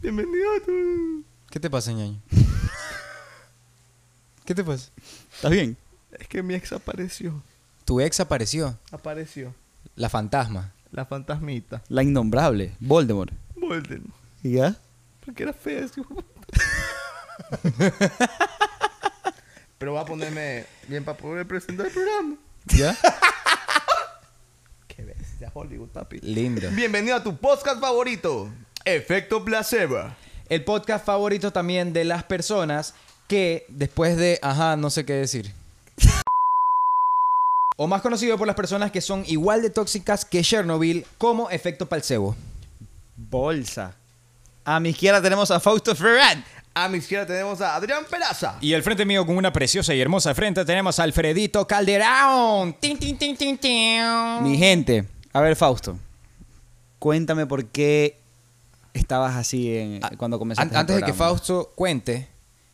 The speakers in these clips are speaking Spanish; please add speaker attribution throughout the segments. Speaker 1: Bienvenido a tu...
Speaker 2: ¿Qué te pasa, ñaño? ¿Qué te pasa?
Speaker 1: ¿Estás bien? Es que mi ex apareció.
Speaker 2: Tu ex apareció,
Speaker 1: Apareció.
Speaker 2: la fantasma.
Speaker 1: La fantasmita.
Speaker 3: La innombrable, Voldemort.
Speaker 1: Bolden.
Speaker 3: ¿Y ya?
Speaker 1: Porque era fea ese hijo de puta. Pero voy a ponerme bien para poder presentar el programa.
Speaker 3: ¿Ya?
Speaker 1: Qué bestia Hollywood, papi.
Speaker 2: Lindo.
Speaker 1: Bienvenido a tu podcast favorito. Efecto placebo.
Speaker 2: El podcast favorito también de las personas que después de, ajá, no sé qué decir. O más conocido por las personas que son igual de tóxicas que Chernobyl como efecto palcebo.
Speaker 3: Bolsa. A mi izquierda tenemos a Fausto Ferran.
Speaker 1: A mi izquierda tenemos a Adrián Peraza.
Speaker 2: Y al frente mío con una preciosa y hermosa frente tenemos a Alfredito Calderón. Tin, tin, tin, tin, tin.
Speaker 3: Mi gente. A ver, Fausto. Cuéntame por qué estabas así en-
Speaker 2: Ah,
Speaker 3: cuando
Speaker 2: An-
Speaker 3: comenzaste. el
Speaker 2: antes de que
Speaker 3: programa.
Speaker 2: Fausto cuente,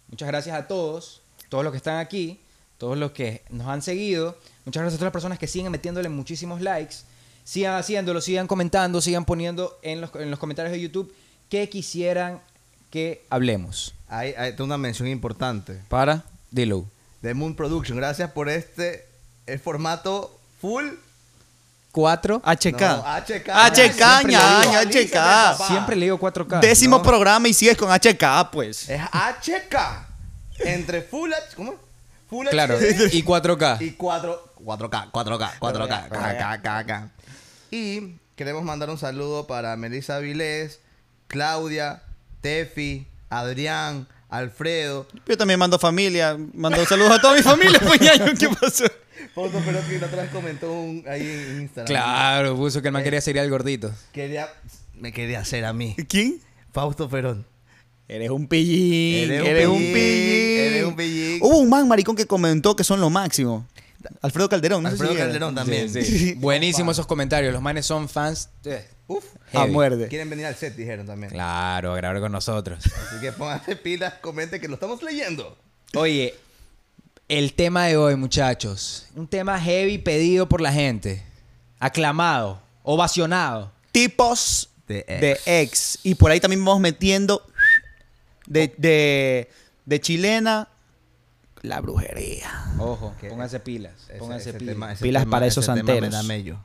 Speaker 2: muchas gracias a todos, todos los que están aquí, todos los que nos han seguido, muchas gracias a todas las personas que siguen metiéndole muchísimos likes, sigan haciéndolo, sigan comentando, sigan poniendo en los, en los comentarios de YouTube que quisieran que hablemos.
Speaker 1: Ahí, ahí tengo una mención importante.
Speaker 3: Para.
Speaker 2: Dilo.
Speaker 1: De Moon Production. Gracias por este eh, formato full.
Speaker 2: Cuatro.
Speaker 3: HK.
Speaker 1: No, HK.
Speaker 3: HK,
Speaker 1: Siempre
Speaker 3: ñaño,
Speaker 1: lo digo.
Speaker 3: HK.
Speaker 1: Papá.
Speaker 2: Siempre le digo 4K.
Speaker 3: Décimo
Speaker 1: No.
Speaker 3: programa y sigues con HK, pues.
Speaker 1: Es HK. Entre Full H. ¿Cómo? Full
Speaker 2: Claro.
Speaker 1: HD
Speaker 2: Y 4K.
Speaker 1: y 4, 4K, 4K, 4K, K, K, K. Y queremos mandar un saludo para Melissa Vilés, Claudia, Tefi, Adrián, Alfredo.
Speaker 3: Yo también mando familia. Mando saludos a toda mi familia, pues, ñaño, ¿Qué pasó?
Speaker 1: Foto, pero que la otra vez comentó un- ahí en Instagram.
Speaker 2: Claro, puso que el man
Speaker 1: Eh.
Speaker 2: quería ser el gordito.
Speaker 1: Quería, me quería hacer a mí.
Speaker 3: ¿Quién?
Speaker 1: Fausto Ferón.
Speaker 3: Eres un pillín.
Speaker 1: Eres un
Speaker 3: Eres un
Speaker 1: pillín,
Speaker 3: pillín.
Speaker 1: eres un pillín.
Speaker 3: Hubo un man maricón que comentó que son lo máximo. Alfredo Calderón. No sé
Speaker 1: Alfredo
Speaker 3: si era.
Speaker 1: Calderón también.
Speaker 2: Sí, sí. Buenísimos esos comentarios. Los manes son fans. eh,
Speaker 1: Uf.
Speaker 3: A
Speaker 2: heavy.
Speaker 3: muerde.
Speaker 1: Quieren venir al set, dijeron también.
Speaker 2: Claro, a grabar con nosotros.
Speaker 1: Así que pónganse pilas, comente que lo estamos leyendo.
Speaker 2: Oye, el tema de hoy, muchachos. Un tema heavy pedido por la gente. Aclamado, ovacionado.
Speaker 3: Tipos
Speaker 1: De ex.
Speaker 3: de ex. Y por ahí también vamos metiendo de, de, de chilena la brujería.
Speaker 2: Ojo,
Speaker 1: ¿Qué?
Speaker 2: pónganse pilas.
Speaker 1: Ese-
Speaker 2: Pónganse
Speaker 1: ese
Speaker 2: pilas.
Speaker 1: tema- ese
Speaker 3: Pilas
Speaker 1: tema-
Speaker 3: para esos
Speaker 1: ese tema Me
Speaker 3: anteros.
Speaker 1: da mello.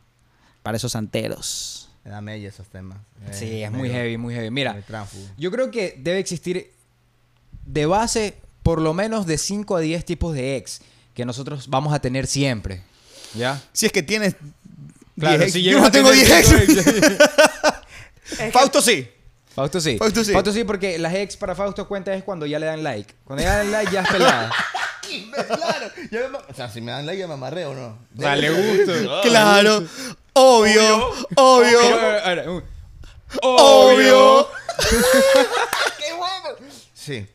Speaker 3: Para esos santeros.
Speaker 1: Me da mello esos temas. Eh,
Speaker 2: Sí, es muy
Speaker 1: medio-
Speaker 2: heavy, muy heavy. Mira,
Speaker 1: muy tránfugo.
Speaker 2: yo creo que debe existir de base por lo menos de 5 a 10 tipos de ex que nosotros vamos a tener siempre. ¿Ya?
Speaker 3: Si es que tienes.
Speaker 2: Claro,
Speaker 3: 10 ex.
Speaker 2: si llego
Speaker 3: Yo no
Speaker 2: a
Speaker 3: tengo
Speaker 2: tener
Speaker 3: 10 ex.
Speaker 2: cinco ex.
Speaker 3: Fausto sí.
Speaker 2: Fausto sí.
Speaker 3: Fausto sí.
Speaker 2: Fausto sí, porque las ex para Fausto cuenta es cuando ya le dan like. Cuando ya le dan like ya es pelada.
Speaker 1: claro. yo me ma- o sea, si me dan like, yo me amarré o no.
Speaker 2: Dale gusto.
Speaker 3: Claro. Obvio. Obvio.
Speaker 2: Obvio.
Speaker 3: Obvio.
Speaker 1: ¡Qué bueno! Sí.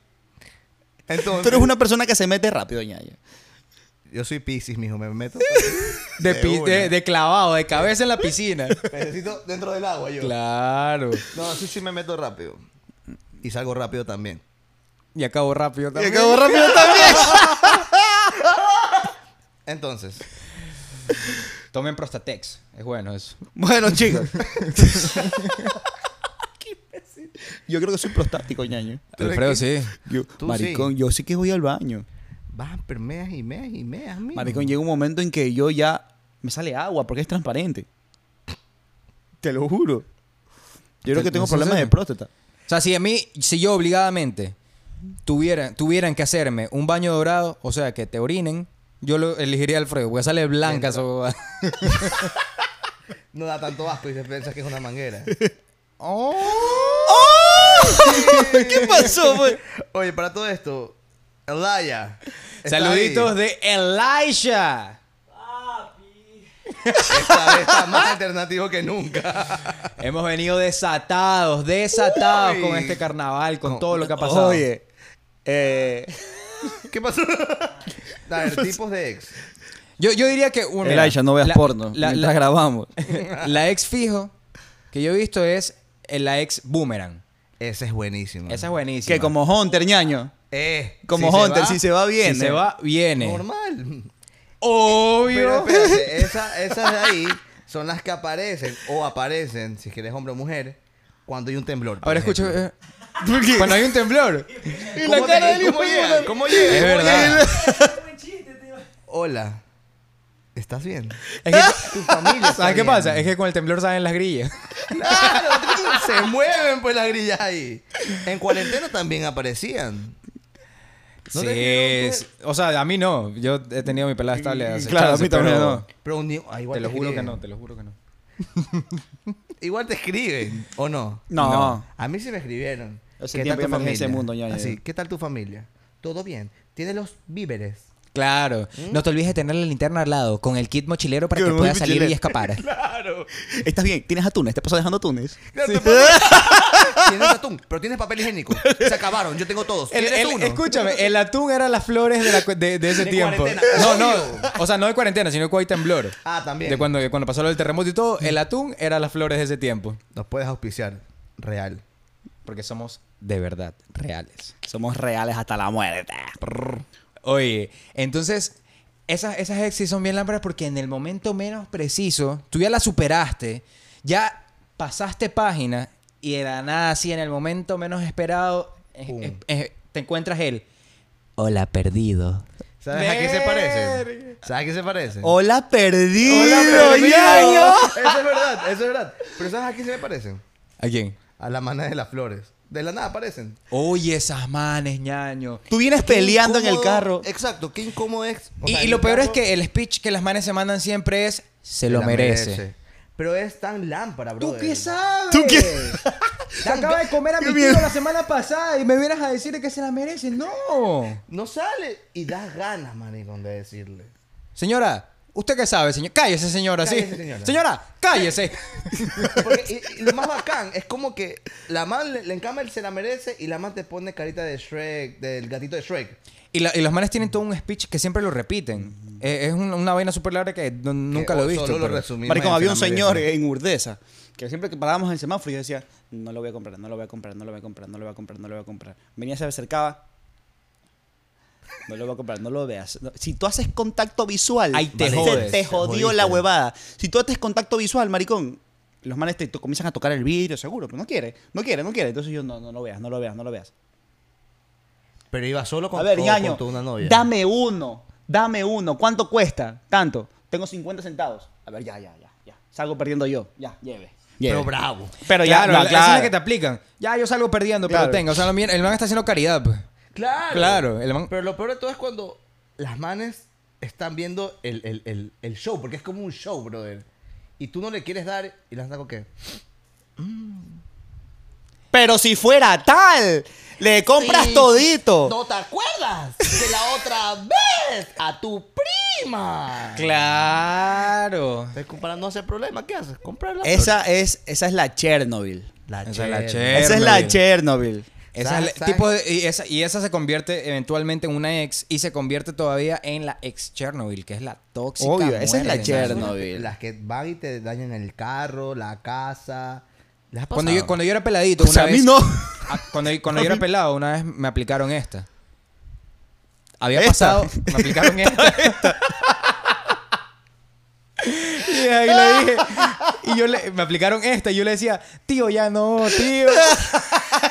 Speaker 1: Entonces,
Speaker 3: Tú eres una persona que se mete rápido, ñaño.
Speaker 1: yo soy Pisces, mijo. Me meto.
Speaker 2: De, pi-
Speaker 1: una.
Speaker 2: de- de clavado, de cabeza en la piscina.
Speaker 1: Necesito dentro del agua yo.
Speaker 2: Claro.
Speaker 1: No, sí, sí me meto rápido. Y salgo rápido también.
Speaker 2: Y acabo rápido
Speaker 3: Y
Speaker 2: también.
Speaker 3: acabo rápido también.
Speaker 1: Entonces,
Speaker 2: Tomen Prostatex. Es bueno eso.
Speaker 3: Bueno, chicos. Yo creo que soy prostático, ñaño.
Speaker 1: ¿Tú eres
Speaker 2: Alfredo, sí.
Speaker 1: quién?
Speaker 3: Yo,
Speaker 1: Tú
Speaker 3: maricón, yo sí que voy al baño.
Speaker 1: vas pero meas y meas y meas, mijo.
Speaker 3: Maricón, llega un momento en que yo ya me sale agua porque es transparente. Te lo juro. Yo creo
Speaker 2: ¿Te-
Speaker 3: que tengo
Speaker 2: no sé
Speaker 3: problemas
Speaker 2: si-
Speaker 3: de próstata.
Speaker 2: O sea, si a mí, si yo obligadamente tuviera, tuvieran que hacerme un baño dorado, o sea, que te orinen, yo lo elegiría al Alfredo. Voy a salir blanca esa bobada.
Speaker 1: No da tanto asco y se piensa que es una manguera.
Speaker 3: ¡Oh! ¿Qué pasó, pues? güey?
Speaker 1: Oye, para todo esto, Elaya. está
Speaker 2: Saluditos
Speaker 1: ahí.
Speaker 2: de Elisha.
Speaker 1: Esta vez está más alternativo que nunca.
Speaker 2: Hemos venido desatados, desatados
Speaker 1: Uy.
Speaker 2: con este carnaval, con
Speaker 1: No,
Speaker 2: todo lo que ha pasado.
Speaker 3: Oye, eh,
Speaker 1: ¿Qué pasó? A ver, tipos de ex.
Speaker 2: Yo, yo diría que uno.
Speaker 3: Elisha, no veas
Speaker 2: la-
Speaker 3: porno.
Speaker 2: La, la-
Speaker 3: mientras grabamos.
Speaker 2: la ex fijo que yo he visto es eh, la ex boomerang.
Speaker 1: Ese es buenísimo.
Speaker 2: Esa es buenísima.
Speaker 3: que como Hunter, ñaño.
Speaker 1: Eh,
Speaker 3: Como
Speaker 1: si se
Speaker 3: Hunter,
Speaker 1: va,
Speaker 3: si se va bien.
Speaker 2: Si se va, viene.
Speaker 1: Normal. Pero
Speaker 2: Obvio.
Speaker 1: espérate, esa- esas de ahí son las que aparecen o aparecen, si quieres hombre o mujer, cuando hay un temblor. por
Speaker 2: Ahora
Speaker 1: ejemplo.
Speaker 2: escucho. eh, Cuando hay un temblor. Y la cara
Speaker 1: te-
Speaker 2: del hijo
Speaker 1: ¿Cómo
Speaker 2: de
Speaker 1: llega?
Speaker 2: puta.
Speaker 1: ¿Cómo
Speaker 2: Es
Speaker 1: llega?
Speaker 2: verdad.
Speaker 1: Hola. ¿Estás bien?
Speaker 2: Es que-
Speaker 1: Tu familia. está
Speaker 2: ¿Sabes qué
Speaker 1: bien.
Speaker 2: pasa? Es que con el temblor salen las grillas.
Speaker 1: Claro, se mueven pues las grillas ahí. En cuarentena también aparecían. ¿No
Speaker 2: sí.
Speaker 1: te escribieron,
Speaker 2: sí. O sea, a mí no. Yo he tenido mi pelada estable. hace
Speaker 3: Claro, a
Speaker 2: chance,
Speaker 3: mí también
Speaker 2: pero
Speaker 3: no.
Speaker 1: Pero un día- ah, igual
Speaker 2: Te lo juro que
Speaker 1: escriben.
Speaker 2: no, te lo juro que no.
Speaker 1: Igual te escriben, ¿o no?
Speaker 3: No.
Speaker 1: A mí sí me escribieron.
Speaker 3: Hace tiempo que me alejé de ese mundo, ñaña.
Speaker 1: Así, ¿qué tal tu familia? Todo bien. Tiene los víveres.
Speaker 2: Claro. No te olvides de tener la linterna al lado con el kit mochilero para que
Speaker 3: Con el
Speaker 2: puedas salir
Speaker 3: mochilero.
Speaker 2: y escapar.
Speaker 3: Estás bien, tienes atunes, te pasó dejando atunes.
Speaker 1: Claro, te pones- tienes atún, pero tienes papel higiénico. Se acabaron, yo tengo todos.
Speaker 2: El-
Speaker 1: ¿Tienes
Speaker 2: el-
Speaker 1: uno?
Speaker 2: escúchame, el atún era las flores de, la cu- de- de ese
Speaker 1: De
Speaker 2: tiempo.
Speaker 1: cuarentena.
Speaker 2: No, no. O sea, no de cuarentena, sino que hay temblor.
Speaker 1: Ah, también.
Speaker 2: De cuando, de cuando pasó lo del terremoto y todo, el atún era las flores de ese tiempo.
Speaker 1: Nos puedes auspiciar. Real.
Speaker 2: Porque somos de verdad reales.
Speaker 3: Somos reales hasta la muerte.
Speaker 2: Oye, entonces, esas, esas ex sí son bien lámparas porque en el momento menos preciso, tú ya la superaste, ya pasaste página y de la nada, así en el momento menos esperado, eh,
Speaker 1: Pum.
Speaker 2: eh, eh, te encuentras él. Hola, perdido.
Speaker 1: ¿Sabes a qué se parece? ¿Sabes a qué se parece?
Speaker 3: Hola perdido,
Speaker 1: perdido!
Speaker 3: ñaño.
Speaker 1: Eso es verdad, eso es verdad. Pero ¿sabes a qué se me parecen?
Speaker 2: ¿A quién?
Speaker 1: A la maná de las flores. De la nada aparecen.
Speaker 2: Oye, esas manes, ñaño.
Speaker 3: Tú vienes
Speaker 1: Qué
Speaker 3: peleando en el
Speaker 1: incómodo-
Speaker 3: carro.
Speaker 1: Exacto, qué incómodo es. O
Speaker 2: Y,
Speaker 1: sea,
Speaker 2: y
Speaker 1: en
Speaker 2: lo
Speaker 1: el
Speaker 2: peor es
Speaker 1: carro
Speaker 2: que el speech que las manes se mandan siempre es, se lo
Speaker 1: la
Speaker 2: merece.
Speaker 1: Pero es tan lámpara, bro.
Speaker 2: ¿Tú qué sabes?
Speaker 3: ¿Tú qué?
Speaker 2: La acaba de comer a mi
Speaker 3: Qué miedo.
Speaker 2: tío la semana pasada y me vienes a decir que se la merece. No.
Speaker 1: No sale y das ganas, maricón, de decirle.
Speaker 2: Señora, ¿usted qué sabe, señor? Cállese, señora, sí.
Speaker 1: Cállese, señora.
Speaker 2: cállese.
Speaker 1: Porque, y, y lo más bacán es como que la man le, le encama el se la merece y la man te pone carita de Shrek, del gatito de Shrek.
Speaker 2: y, la- y los manes tienen todo un speech que siempre lo repiten. Eh, es un- una vaina súper larga que no- nunca
Speaker 1: Que
Speaker 2: lo he
Speaker 1: o
Speaker 2: visto.
Speaker 1: Solo lo
Speaker 2: pero-
Speaker 1: resumimos.
Speaker 3: Maricón,
Speaker 1: en
Speaker 3: había un
Speaker 1: Se la
Speaker 3: señor eh.
Speaker 1: merece.
Speaker 3: en Urdesa que siempre que parábamos en el semáforo yo decía, no lo voy a comprar, no lo voy a comprar, no lo voy a comprar, no lo voy a comprar, no lo voy a comprar. Venía, se me acercaba. No lo voy a comprar, no lo veas. No, Si tú haces contacto visual,
Speaker 2: Ahí te
Speaker 3: se
Speaker 2: jodes,
Speaker 3: te
Speaker 2: te
Speaker 3: jodió
Speaker 1: jodiste.
Speaker 3: la huevada. Si tú haces contacto visual, maricón, los manes te, to- comienzan a tocar el vidrio, seguro, pero no quiere, no quiere, no quiere. Entonces yo, no, no lo veas, no lo veas, no lo veas.
Speaker 1: Pero iba solo con,
Speaker 3: A ver,
Speaker 1: o
Speaker 3: ñaño,
Speaker 1: con tu una novia.
Speaker 3: dame uno, dame uno. ¿Cuánto cuesta? Tanto. Tengo 50 centavos. A ver, ya, ya, ya, ya. Salgo perdiendo yo. Ya, lleve.
Speaker 1: Pero
Speaker 3: lleve.
Speaker 1: bravo.
Speaker 3: Pero ya,
Speaker 2: claro, la-
Speaker 3: no,
Speaker 2: esa es
Speaker 3: claro.
Speaker 2: la que te aplican. Ya, yo salgo perdiendo,
Speaker 3: Claro.
Speaker 2: pero tenga. O sea, lo mien- el man está haciendo caridad. pues.
Speaker 1: Claro.
Speaker 2: Claro, el man-
Speaker 1: Pero lo peor de todo es cuando las manes están viendo el, el, el, el show, porque es como un show, brother. Y tú no le quieres dar y las saco que.
Speaker 3: Pero si fuera tal, le compras
Speaker 1: Sí.
Speaker 3: todito.
Speaker 1: ¿No te acuerdas de la otra vez a tu prima?
Speaker 2: Claro.
Speaker 1: Estás comparando ese problema. ¿Qué haces? Comprarla.
Speaker 3: Esa es, esa es la Chernobyl.
Speaker 1: La
Speaker 2: Esa es la
Speaker 1: Cher.
Speaker 2: Cher.
Speaker 3: Esa es la
Speaker 2: Chernobyl.
Speaker 3: Chernobyl.
Speaker 2: Esa
Speaker 1: Sa-
Speaker 2: es la-
Speaker 1: sa-
Speaker 2: tipo de- y, esa, y esa se convierte eventualmente en una ex y se convierte todavía en la ex Chernobyl, que es la tóxica.
Speaker 3: Obvio, esa es la
Speaker 2: muerte,
Speaker 3: Chernobyl.
Speaker 2: ¿no?
Speaker 3: Chernobyl.
Speaker 1: Las que van y te dañan el carro, la casa. ¿Las has
Speaker 2: Cuando
Speaker 1: pasado?
Speaker 2: yo, cuando yo era peladito,
Speaker 3: Pues
Speaker 2: una
Speaker 3: a mí
Speaker 2: vez-
Speaker 3: no.
Speaker 2: Ah, cuando yo- cuando yo era pelado, una vez me aplicaron esta. Había
Speaker 3: Esta.
Speaker 2: pasado, me aplicaron esta. Y ahí le dije, y yo le, me aplicaron esta, y yo le decía, tío, ya no, tío.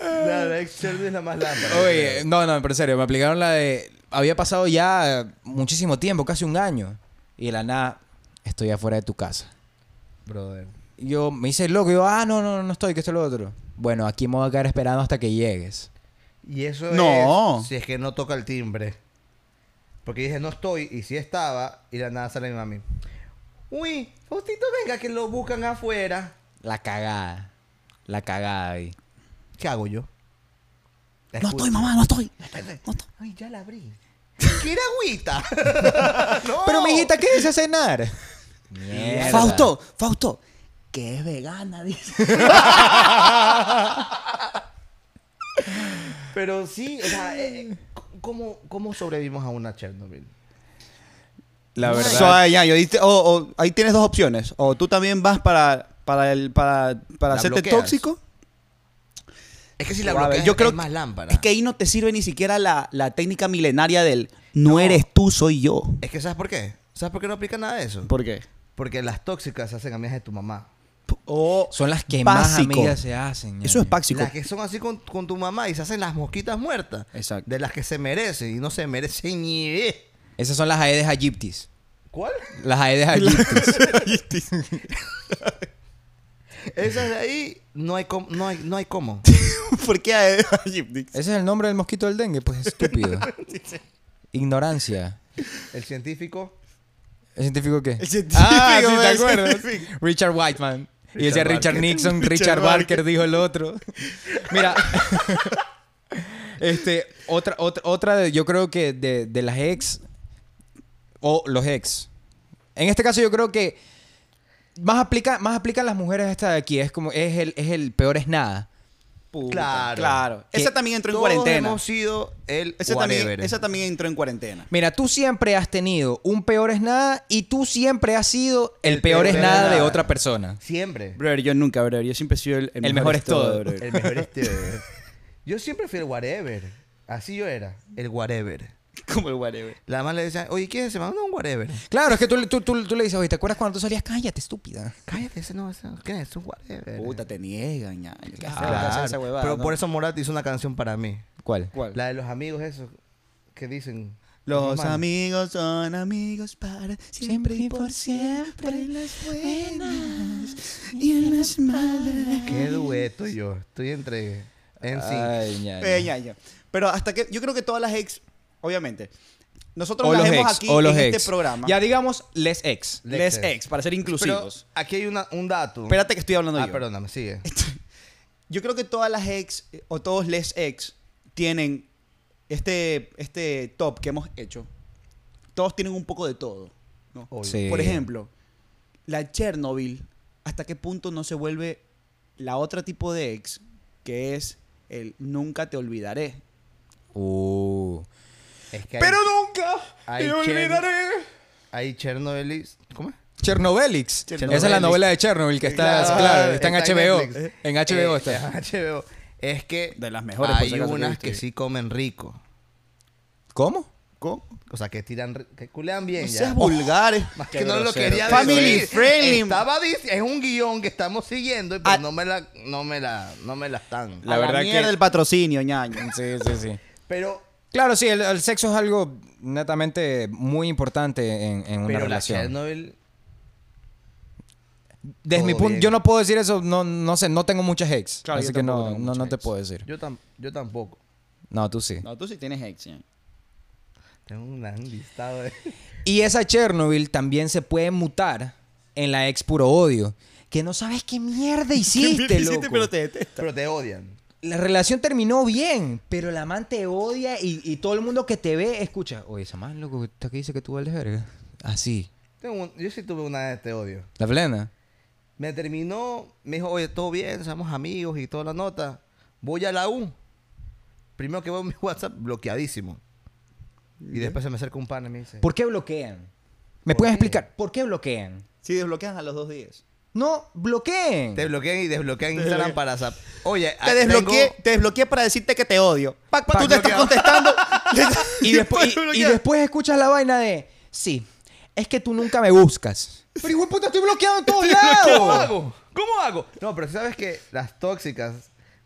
Speaker 1: La de Excel es la más lámpara.
Speaker 2: Oye, no, no, pero en serio, me aplicaron la de. Había pasado ya muchísimo tiempo, casi un año. Y de la nada, estoy afuera de tu casa.
Speaker 1: Brother.
Speaker 2: Y yo me hice loco, yo, ah, no, no, no estoy, que estoy lo otro. Bueno, aquí me voy a quedar esperando hasta que llegues.
Speaker 1: Y eso
Speaker 3: No.
Speaker 1: es si es que no toca el timbre. Porque dije, no estoy, y sí estaba, y de la nada sale mi mami. Uy, Faustito, venga, que lo buscan afuera.
Speaker 2: La cagada. La cagada ahí.
Speaker 1: ¿Qué hago yo?
Speaker 3: No estoy, mamá, no estoy. No estoy.
Speaker 1: Ay, ya la abrí. ¿Quiere agüita? no.
Speaker 2: Pero mi hijita, ¿qué dices a cenar? Mierda.
Speaker 3: Fausto, Fausto, que es vegana, dice.
Speaker 1: Pero sí, o sea, eh, eh, ¿cómo, ¿cómo sobrevivimos a una Chernobyl?
Speaker 2: La verdad.
Speaker 3: So, ah, ya, yo diste- o- o ahí tienes dos opciones. O tú también vas para, para, el, para, para
Speaker 1: La
Speaker 3: hacerte
Speaker 1: bloqueas.
Speaker 3: tóxico.
Speaker 1: Es que si la
Speaker 3: O a ver,
Speaker 1: bloqueas,
Speaker 3: yo creo
Speaker 1: es más lámpara.
Speaker 3: Es que ahí no te sirve ni siquiera la, la técnica milenaria del no, eres tú, soy yo.
Speaker 1: Es que ¿sabes por qué? ¿Sabes por qué no aplica nada de eso?
Speaker 3: ¿Por qué?
Speaker 1: Porque las tóxicas se hacen amigas de tu mamá.
Speaker 3: O
Speaker 2: Son las que más
Speaker 3: básico.
Speaker 2: amigas se hacen.
Speaker 3: Eso es
Speaker 2: ñaño.
Speaker 3: básico.
Speaker 1: Las que son así con, con tu mamá y se hacen las mosquitas muertas.
Speaker 3: Exacto.
Speaker 1: De las que se merecen y no se merecen ni idea.
Speaker 2: Esas son las Aedes aegyptis.
Speaker 1: ¿Cuál?
Speaker 2: Las Aedes aegyptis.
Speaker 1: Esas de ahí no hay, com- no hay, no hay cómo.
Speaker 3: ¿Por qué a
Speaker 2: Ese es el nombre del mosquito del dengue, pues estúpido. Ignorancia.
Speaker 1: El científico.
Speaker 2: ¿El científico qué? El
Speaker 3: científico,
Speaker 2: Ah, sí,
Speaker 3: güey,
Speaker 2: ¿te
Speaker 3: el
Speaker 2: acuerdas?
Speaker 3: científico.
Speaker 2: Richard Whiteman. y decía
Speaker 1: Richard
Speaker 2: Richard
Speaker 1: Barker.
Speaker 2: Nixon,
Speaker 3: Richard
Speaker 2: Richard Barker
Speaker 3: Barker.
Speaker 2: dijo el otro. Mira. este, otra, otra, otra de, yo creo que de, de las ex o los ex. En este caso yo creo que más aplica, más aplican las mujeres esta de aquí. Es como, es el, es el peor es nada.
Speaker 1: Claro.
Speaker 3: Claro. Esa
Speaker 2: Que
Speaker 3: también entró en
Speaker 1: Todos
Speaker 3: cuarentena.
Speaker 1: hemos sido el
Speaker 3: Esa también,
Speaker 1: whatever.
Speaker 3: esa también entró en cuarentena.
Speaker 2: Mira, tú siempre has tenido un peor es nada y tú siempre has sido el, peor, es nada, de otra persona.
Speaker 1: Siempre.
Speaker 3: Brother, yo nunca, brother. Yo siempre he sido el,
Speaker 2: El mejor es todo.
Speaker 3: brother.
Speaker 1: El mejor este. Yo siempre fui el whatever. Así yo era. El whatever.
Speaker 3: Como el whatever.
Speaker 1: La mamá le decía, oye, ¿quién es ese man? No, un whatever.
Speaker 2: Claro, es que tú, le- tú, tú- tú le dices, oye, ¿te acuerdas cuando tú salías? Cállate, estúpida.
Speaker 1: Cállate, ese no, ese no. ¿Quién es? Un whatever.
Speaker 3: Puta, te niegan, ya. Yo qué sé,
Speaker 1: Claro.
Speaker 3: qué sé esa huevada,
Speaker 1: Pero
Speaker 3: ¿no?
Speaker 1: por eso Morat hizo una canción para mí.
Speaker 2: ¿Cuál?
Speaker 3: ¿Cuál?
Speaker 1: La de los amigos esos que dicen...
Speaker 3: Los
Speaker 1: malos.
Speaker 3: amigos son amigos para siempre y por siempre. En las buenas y en las malas.
Speaker 1: Qué dueto yo. Estoy entre... En sí.
Speaker 2: Ay, ñaño.
Speaker 3: Eh, ya, ya. Pero hasta que. Yo creo que todas las ex, obviamente. Nosotros
Speaker 2: O
Speaker 3: las
Speaker 2: los
Speaker 3: vemos
Speaker 2: ex,
Speaker 3: aquí
Speaker 2: o los
Speaker 3: en
Speaker 2: ex.
Speaker 3: este programa.
Speaker 2: Ya digamos, les ex.
Speaker 3: les
Speaker 1: Lexer.
Speaker 3: ex, para ser
Speaker 1: Pero
Speaker 3: inclusivos.
Speaker 1: aquí hay una, un dato.
Speaker 3: Espérate que estoy hablando
Speaker 1: ah,
Speaker 3: yo.
Speaker 1: perdóname, sigue.
Speaker 3: Yo creo que todas las ex eh, o todos les ex tienen este, este top que hemos hecho. Todos tienen un poco de todo. ¿no?
Speaker 1: Obvio.
Speaker 2: Sí.
Speaker 3: Por ejemplo, la Chernobyl, ¿hasta qué punto no se vuelve la otra tipo de ex que es el nunca te olvidaré?
Speaker 2: Uh.
Speaker 1: Es que hay-
Speaker 2: Pero nunca
Speaker 1: Ay,
Speaker 2: te
Speaker 1: Chen.
Speaker 2: olvidaré.
Speaker 1: hay Chernobyl's... ¿Cómo es?
Speaker 2: Chernobylix.
Speaker 3: Chernobylix.
Speaker 2: Esa es la novela de Chernobyl que está, claro, está, en HBO.
Speaker 1: Netflix.
Speaker 2: En HBO
Speaker 1: Eh,
Speaker 2: está.
Speaker 1: en HBO. Es que
Speaker 3: De las mejores, por
Speaker 1: hay
Speaker 3: si acaso, que he
Speaker 1: unas
Speaker 3: visto
Speaker 1: que
Speaker 3: yo.
Speaker 1: sí comen rico.
Speaker 2: ¿Cómo?
Speaker 3: ¿Cómo?
Speaker 1: O sea, que tiran, ri- que culean bien
Speaker 3: No
Speaker 1: ya.
Speaker 3: seas vulgar.
Speaker 1: Más que no lo
Speaker 2: grosero.
Speaker 1: quería
Speaker 3: Family
Speaker 1: decir.
Speaker 3: friendly.
Speaker 1: Estaba dic- es un guión que estamos siguiendo, pero
Speaker 3: Ah.
Speaker 1: no me la, no me la, no me la están.
Speaker 2: La
Speaker 3: La verdad
Speaker 2: verdad que-
Speaker 3: mierda el patrocinio, ñaño.
Speaker 2: Sí, sí, sí.
Speaker 1: Pero,
Speaker 2: Claro, sí, el, el sexo es algo netamente muy importante en, en una
Speaker 1: pero la
Speaker 2: relación.
Speaker 1: Chernobyl,
Speaker 2: Desde mi
Speaker 1: Todo
Speaker 2: punto,
Speaker 1: bien.
Speaker 2: yo no puedo decir eso, no, no sé, no tengo muchas ex.
Speaker 3: Claro,
Speaker 2: así
Speaker 3: yo
Speaker 2: que
Speaker 3: tampoco
Speaker 2: no,
Speaker 3: tengo
Speaker 2: no, no
Speaker 3: muchas
Speaker 2: te
Speaker 3: ex.
Speaker 2: puedo decir.
Speaker 1: yo, tam- yo tampoco.
Speaker 2: No, tú sí.
Speaker 3: No, tú sí tienes ex, ñaño.
Speaker 1: Tengo un gran listado de...
Speaker 2: Y esa Chernobyl también se puede mutar en la ex puro odio. Que no sabes qué mierda hiciste, loco.
Speaker 1: Pero te odian.
Speaker 2: La relación terminó bien, pero el amante odia y, y todo el mundo que te ve escucha. Oye, esa man, loco, ¿tú que dice que tú vales verga? Así.
Speaker 1: Tengo un- yo sí tuve una de este odio.
Speaker 2: La plena.
Speaker 1: Me terminó, me dijo, oye, todo bien, somos amigos y toda la nota. Voy a la U. Primero que veo mi WhatsApp, bloqueadísimo. Y después se me acerca un pan y me dice...
Speaker 2: ¿Por qué bloquean? ¿Me pueden explicar? ¿Por qué bloquean?
Speaker 3: Sí, desbloqueas a los dos días.
Speaker 2: No, bloqueen.
Speaker 1: Te bloquean y desbloquean Instagram para... zap- Oye, ah,
Speaker 3: Te desbloqueé,
Speaker 1: tengo-
Speaker 3: te desbloqueé para decirte que te odio. Pac,
Speaker 2: Pac,
Speaker 3: tú te estás
Speaker 2: bloqueado.
Speaker 3: contestando.
Speaker 2: Y, después, y- y, después escuchas la vaina de, sí, es que tú nunca me buscas. Pero hijo de puta, estoy bloqueado en todos
Speaker 1: ¿Cómo
Speaker 2: lados.
Speaker 1: hago? ¿Cómo hago? No, pero sabes que las tóxicas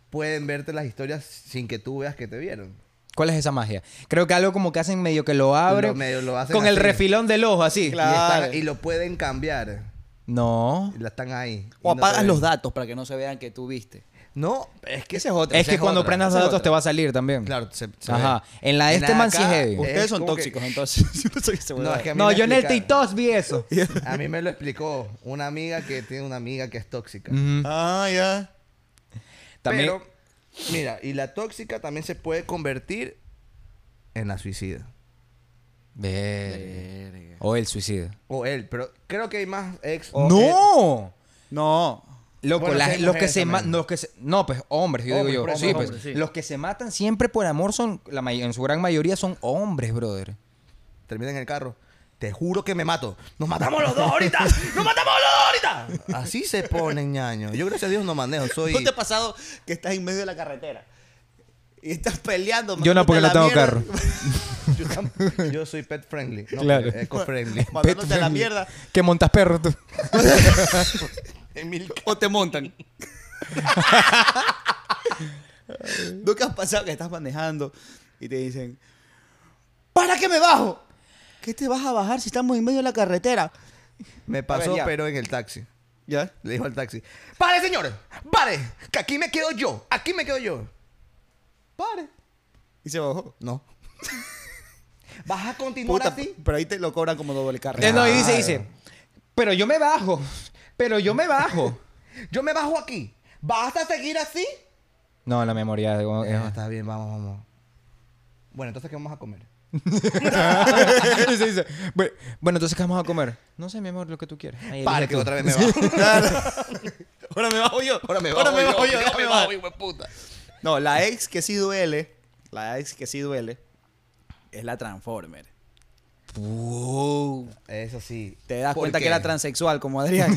Speaker 1: pueden verte las historias sin que tú veas que te vieron.
Speaker 2: ¿Cuál es esa magia? Creo que algo como que hacen medio que lo abren.
Speaker 1: Lo medio lo hacen
Speaker 2: con el
Speaker 1: así.
Speaker 2: refilón del ojo, así.
Speaker 1: Y, están-
Speaker 3: Claro.
Speaker 1: y lo pueden cambiar.
Speaker 2: No.
Speaker 1: Y La están ahí.
Speaker 3: O
Speaker 1: Y no te
Speaker 3: apagas
Speaker 1: ven.
Speaker 3: los datos para que no se vean que tú viste.
Speaker 1: No, es que
Speaker 3: Esa es otra.
Speaker 2: Es
Speaker 1: Esa
Speaker 2: que cuando
Speaker 1: otra.
Speaker 2: prendas
Speaker 3: esa es
Speaker 2: datos
Speaker 3: otra.
Speaker 2: te va a salir también.
Speaker 1: Claro, se, se
Speaker 2: Ajá.
Speaker 1: ve.
Speaker 2: En la de este
Speaker 1: la de
Speaker 2: man sí es
Speaker 1: acá,
Speaker 2: heavy.
Speaker 1: es
Speaker 3: Ustedes son
Speaker 1: como que-
Speaker 3: tóxicos, entonces. Yo no sé qué se
Speaker 1: No, es que a mí
Speaker 2: No,
Speaker 1: me
Speaker 2: yo en el
Speaker 1: explicaron.
Speaker 2: TikTok vi eso.
Speaker 1: A mí me lo explicó una amiga que tiene una amiga que es tóxica.
Speaker 2: Ujú.
Speaker 3: Ah, ya.
Speaker 2: Mm, También.
Speaker 1: Pero, mira, y la tóxica también se puede convertir en la suicida.
Speaker 2: Verga. O el suicidio.
Speaker 1: O él, pero creo que hay más ex.
Speaker 2: ¡No!
Speaker 3: No.
Speaker 2: Loco,
Speaker 1: Bueno,
Speaker 2: la-
Speaker 1: sí, hay
Speaker 2: los, que
Speaker 1: mujeres
Speaker 2: se ma-
Speaker 1: también.
Speaker 2: los que se No, pues hombres, yo
Speaker 1: Hombres,
Speaker 2: digo yo.
Speaker 1: hombres,
Speaker 2: sí, pues,
Speaker 1: hombres,
Speaker 3: sí.
Speaker 2: Los que se matan siempre por amor son, la may- en su gran mayoría son hombres, brother.
Speaker 1: Termina en el carro. Te juro que me mato. Nos matamos los dos ahorita. Nos matamos los dos ahorita. Así se ponen, ñaño. Yo gracias a Dios no manejo. Soy...
Speaker 3: ¿No te ha pasado que estás en medio de la carretera? Y estás peleando.
Speaker 2: Yo no, porque no
Speaker 3: mandándote
Speaker 2: tengo
Speaker 3: la
Speaker 2: carro.
Speaker 1: Yo, tam- yo soy pet friendly. No,
Speaker 2: Claro.
Speaker 1: eco friendly.
Speaker 3: Mandándote a la mierda.
Speaker 2: Que montas perro tú.
Speaker 1: Emil-
Speaker 3: O te montan. Nunca has pasado que estás manejando y te dicen, ¿para qué me bajo? ¿Qué te vas a bajar si estamos en medio de la carretera?
Speaker 1: Me pasó,
Speaker 3: ya.
Speaker 1: pero en el taxi.
Speaker 3: ¿Ya?
Speaker 1: Le dijo al taxi: ¡Pare, señores! ¡Pare! Que aquí me quedo yo. Aquí me quedo yo. ¡Pare!
Speaker 3: Y se bajó.
Speaker 1: No. ¿Vas a continuar
Speaker 3: Puta,
Speaker 1: así?
Speaker 3: pero ahí te lo cobran como doble carro.
Speaker 2: Eh, No, y dice, dice, pero yo me bajo. Pero yo me bajo.
Speaker 1: Yo me bajo aquí. ¿Vas a seguir así?
Speaker 2: No, la memoria. digo,
Speaker 1: Eh,
Speaker 2: es bastante-
Speaker 1: está bien, vamos, vamos. Bueno, entonces, ¿qué vamos a comer?
Speaker 2: Eh. Dice, dice, "Bu- Bueno, entonces, ¿qué vamos a comer? No sé, mi amor, lo que tú quieras.
Speaker 3: Eh,
Speaker 2: Ahí
Speaker 1: Pare,
Speaker 2: elige
Speaker 1: que
Speaker 2: tú.
Speaker 1: otra vez me bajo.
Speaker 3: Ahora me bajo yo.
Speaker 1: Ahora me bajo. yo,
Speaker 3: yo,
Speaker 1: yo
Speaker 3: ahora
Speaker 1: me bajo, hijo de puta.
Speaker 3: No, la ex que sí duele, la ex que sí duele, es la Transformer.
Speaker 1: Eso sí.
Speaker 3: Te das
Speaker 1: ¿Por
Speaker 3: cuenta
Speaker 1: qué?
Speaker 3: que era transexual como Adrián.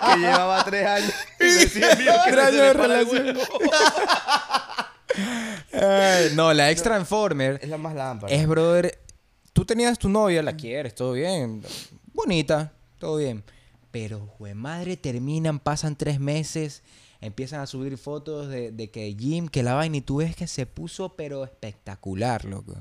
Speaker 1: Que llevaba tres años. y decía, "Mira, que se
Speaker 2: Tres años
Speaker 1: le
Speaker 2: de
Speaker 1: para el
Speaker 2: relación".
Speaker 1: huevo".
Speaker 2: Ay, Eh, no, la ex Transformer
Speaker 1: Es la más lámpara.
Speaker 2: es, brother. Tú tenías tu novia, la quieres, todo bien. Bonita, todo bien. Pero, jue madre, terminan, pasan tres meses, empiezan a subir fotos de, de que Jim, que la vaina, y tú ves que se puso, pero espectacular, loco.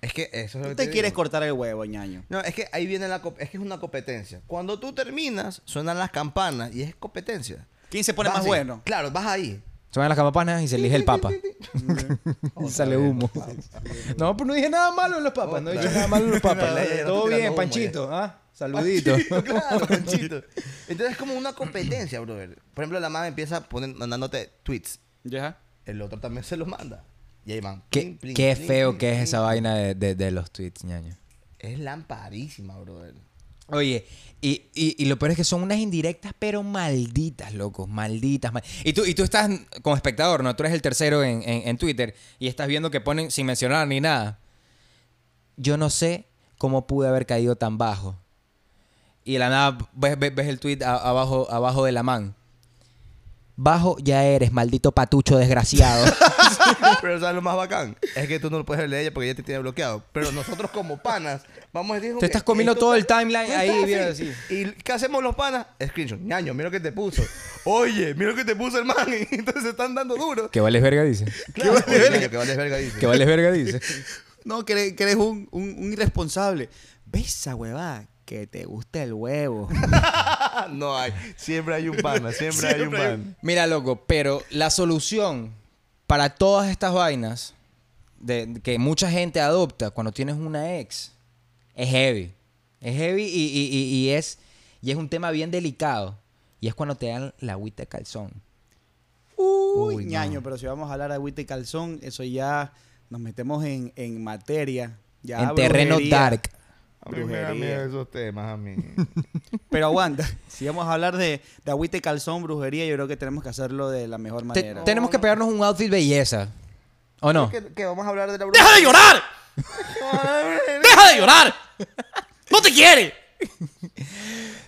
Speaker 1: Es que eso es lo
Speaker 3: Tú
Speaker 1: que
Speaker 3: te
Speaker 1: digo.
Speaker 3: quieres cortar el huevo, ñaño.
Speaker 1: No, es que ahí viene la... co- Es que es una competencia. Cuando tú terminas, suenan las campanas y es competencia.
Speaker 3: ¿Quién se pone
Speaker 1: Vas
Speaker 3: más
Speaker 1: ahí.
Speaker 3: bueno?
Speaker 1: Claro, vas ahí.
Speaker 2: Suenan las campanas y se elige el papa. Sale humo. No, pero no dije nada malo en los papas. No
Speaker 1: Otra
Speaker 2: dije
Speaker 1: vez.
Speaker 2: nada malo en los
Speaker 1: Ya, ya,
Speaker 2: papas.
Speaker 1: ya,
Speaker 2: Todo
Speaker 1: estoy tirando
Speaker 2: bien,
Speaker 1: humo,
Speaker 2: Panchito. ¿ah? Saludito.
Speaker 1: Claro, Panchito. Entonces es como una competencia, brother. Por ejemplo, la madre empieza ponen- mandándote tweets.
Speaker 3: ¿Ya?
Speaker 1: El otro también se los manda. Y ahí van.
Speaker 2: Qué,
Speaker 1: plin, plin,
Speaker 2: qué
Speaker 1: plin,
Speaker 2: feo
Speaker 1: plin,
Speaker 2: que es
Speaker 1: plin.
Speaker 2: esa vaina de, de- de los tweets, ñaño.
Speaker 1: Es lamparísima, brother.
Speaker 2: Oye, y, y- y lo peor es que son unas indirectas, pero malditas, locos, malditas. mal- Y, tú, y tú estás como espectador, ¿no? Tú eres el tercero en, en- en Twitter y estás viendo que ponen sin mencionar ni nada. Yo no sé cómo pude haber caído tan bajo. Y de la nada ves, ves- ves el tweet a- abajo, abajo de la man. Bajo ya eres, maldito patucho desgraciado.
Speaker 1: Pero ¿sabes lo más bacán? Es que tú no lo puedes leer ella porque ella te tiene bloqueado. Pero nosotros como panas, vamos a decir...
Speaker 2: Te estás comiendo todo el timeline ahí, mira,
Speaker 1: así. ¿Y qué hacemos los panas? Screenshot. Ñaño, mira lo que te puso. Oye, mira lo que te puso el man. Y entonces se están dando duro.
Speaker 2: que vales verga, dice.
Speaker 1: Claro, oye, ñaño, que vales verga, dice.
Speaker 2: Que vales verga, dice.
Speaker 3: No, que eres, que eres un, un- un irresponsable. ¿Ves esa huevada? Que te gusta el huevo.
Speaker 1: no hay. Siempre hay un pana, siempre, hay un pana.
Speaker 2: Mira, loco, pero la solución para todas estas vainas de, que mucha gente adopta cuando tienes una ex es heavy. Es heavy y, y- y- y es, y es un tema bien delicado. Y es cuando te dan la agüita de calzón.
Speaker 3: Uy,
Speaker 1: Uy, no.
Speaker 3: ñaño, pero si vamos a hablar de agüita y calzón, eso ya nos metemos en, en materia. Ya
Speaker 2: en terreno
Speaker 3: brujería.
Speaker 2: dark.
Speaker 1: A mí me da
Speaker 3: Brujería.
Speaker 1: miedo esos temas, a mí.
Speaker 3: Pero aguanta, si vamos a hablar de, de agüita y calzón, brujería, yo creo que tenemos que hacerlo de la mejor
Speaker 2: Te-
Speaker 3: manera.
Speaker 2: tenemos que pegarnos un outfit belleza. ¿O no?
Speaker 1: ¿Qué, qué, vamos a hablar de la
Speaker 3: ¡Deja de llorar! ¡Deja de llorar! ¡No te quiere!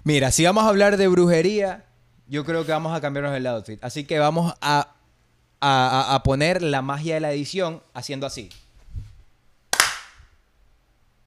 Speaker 2: Mira, si vamos a hablar de brujería, yo creo que vamos a cambiarnos el outfit. Así que vamos a, a- a- a poner la magia de la edición haciendo así.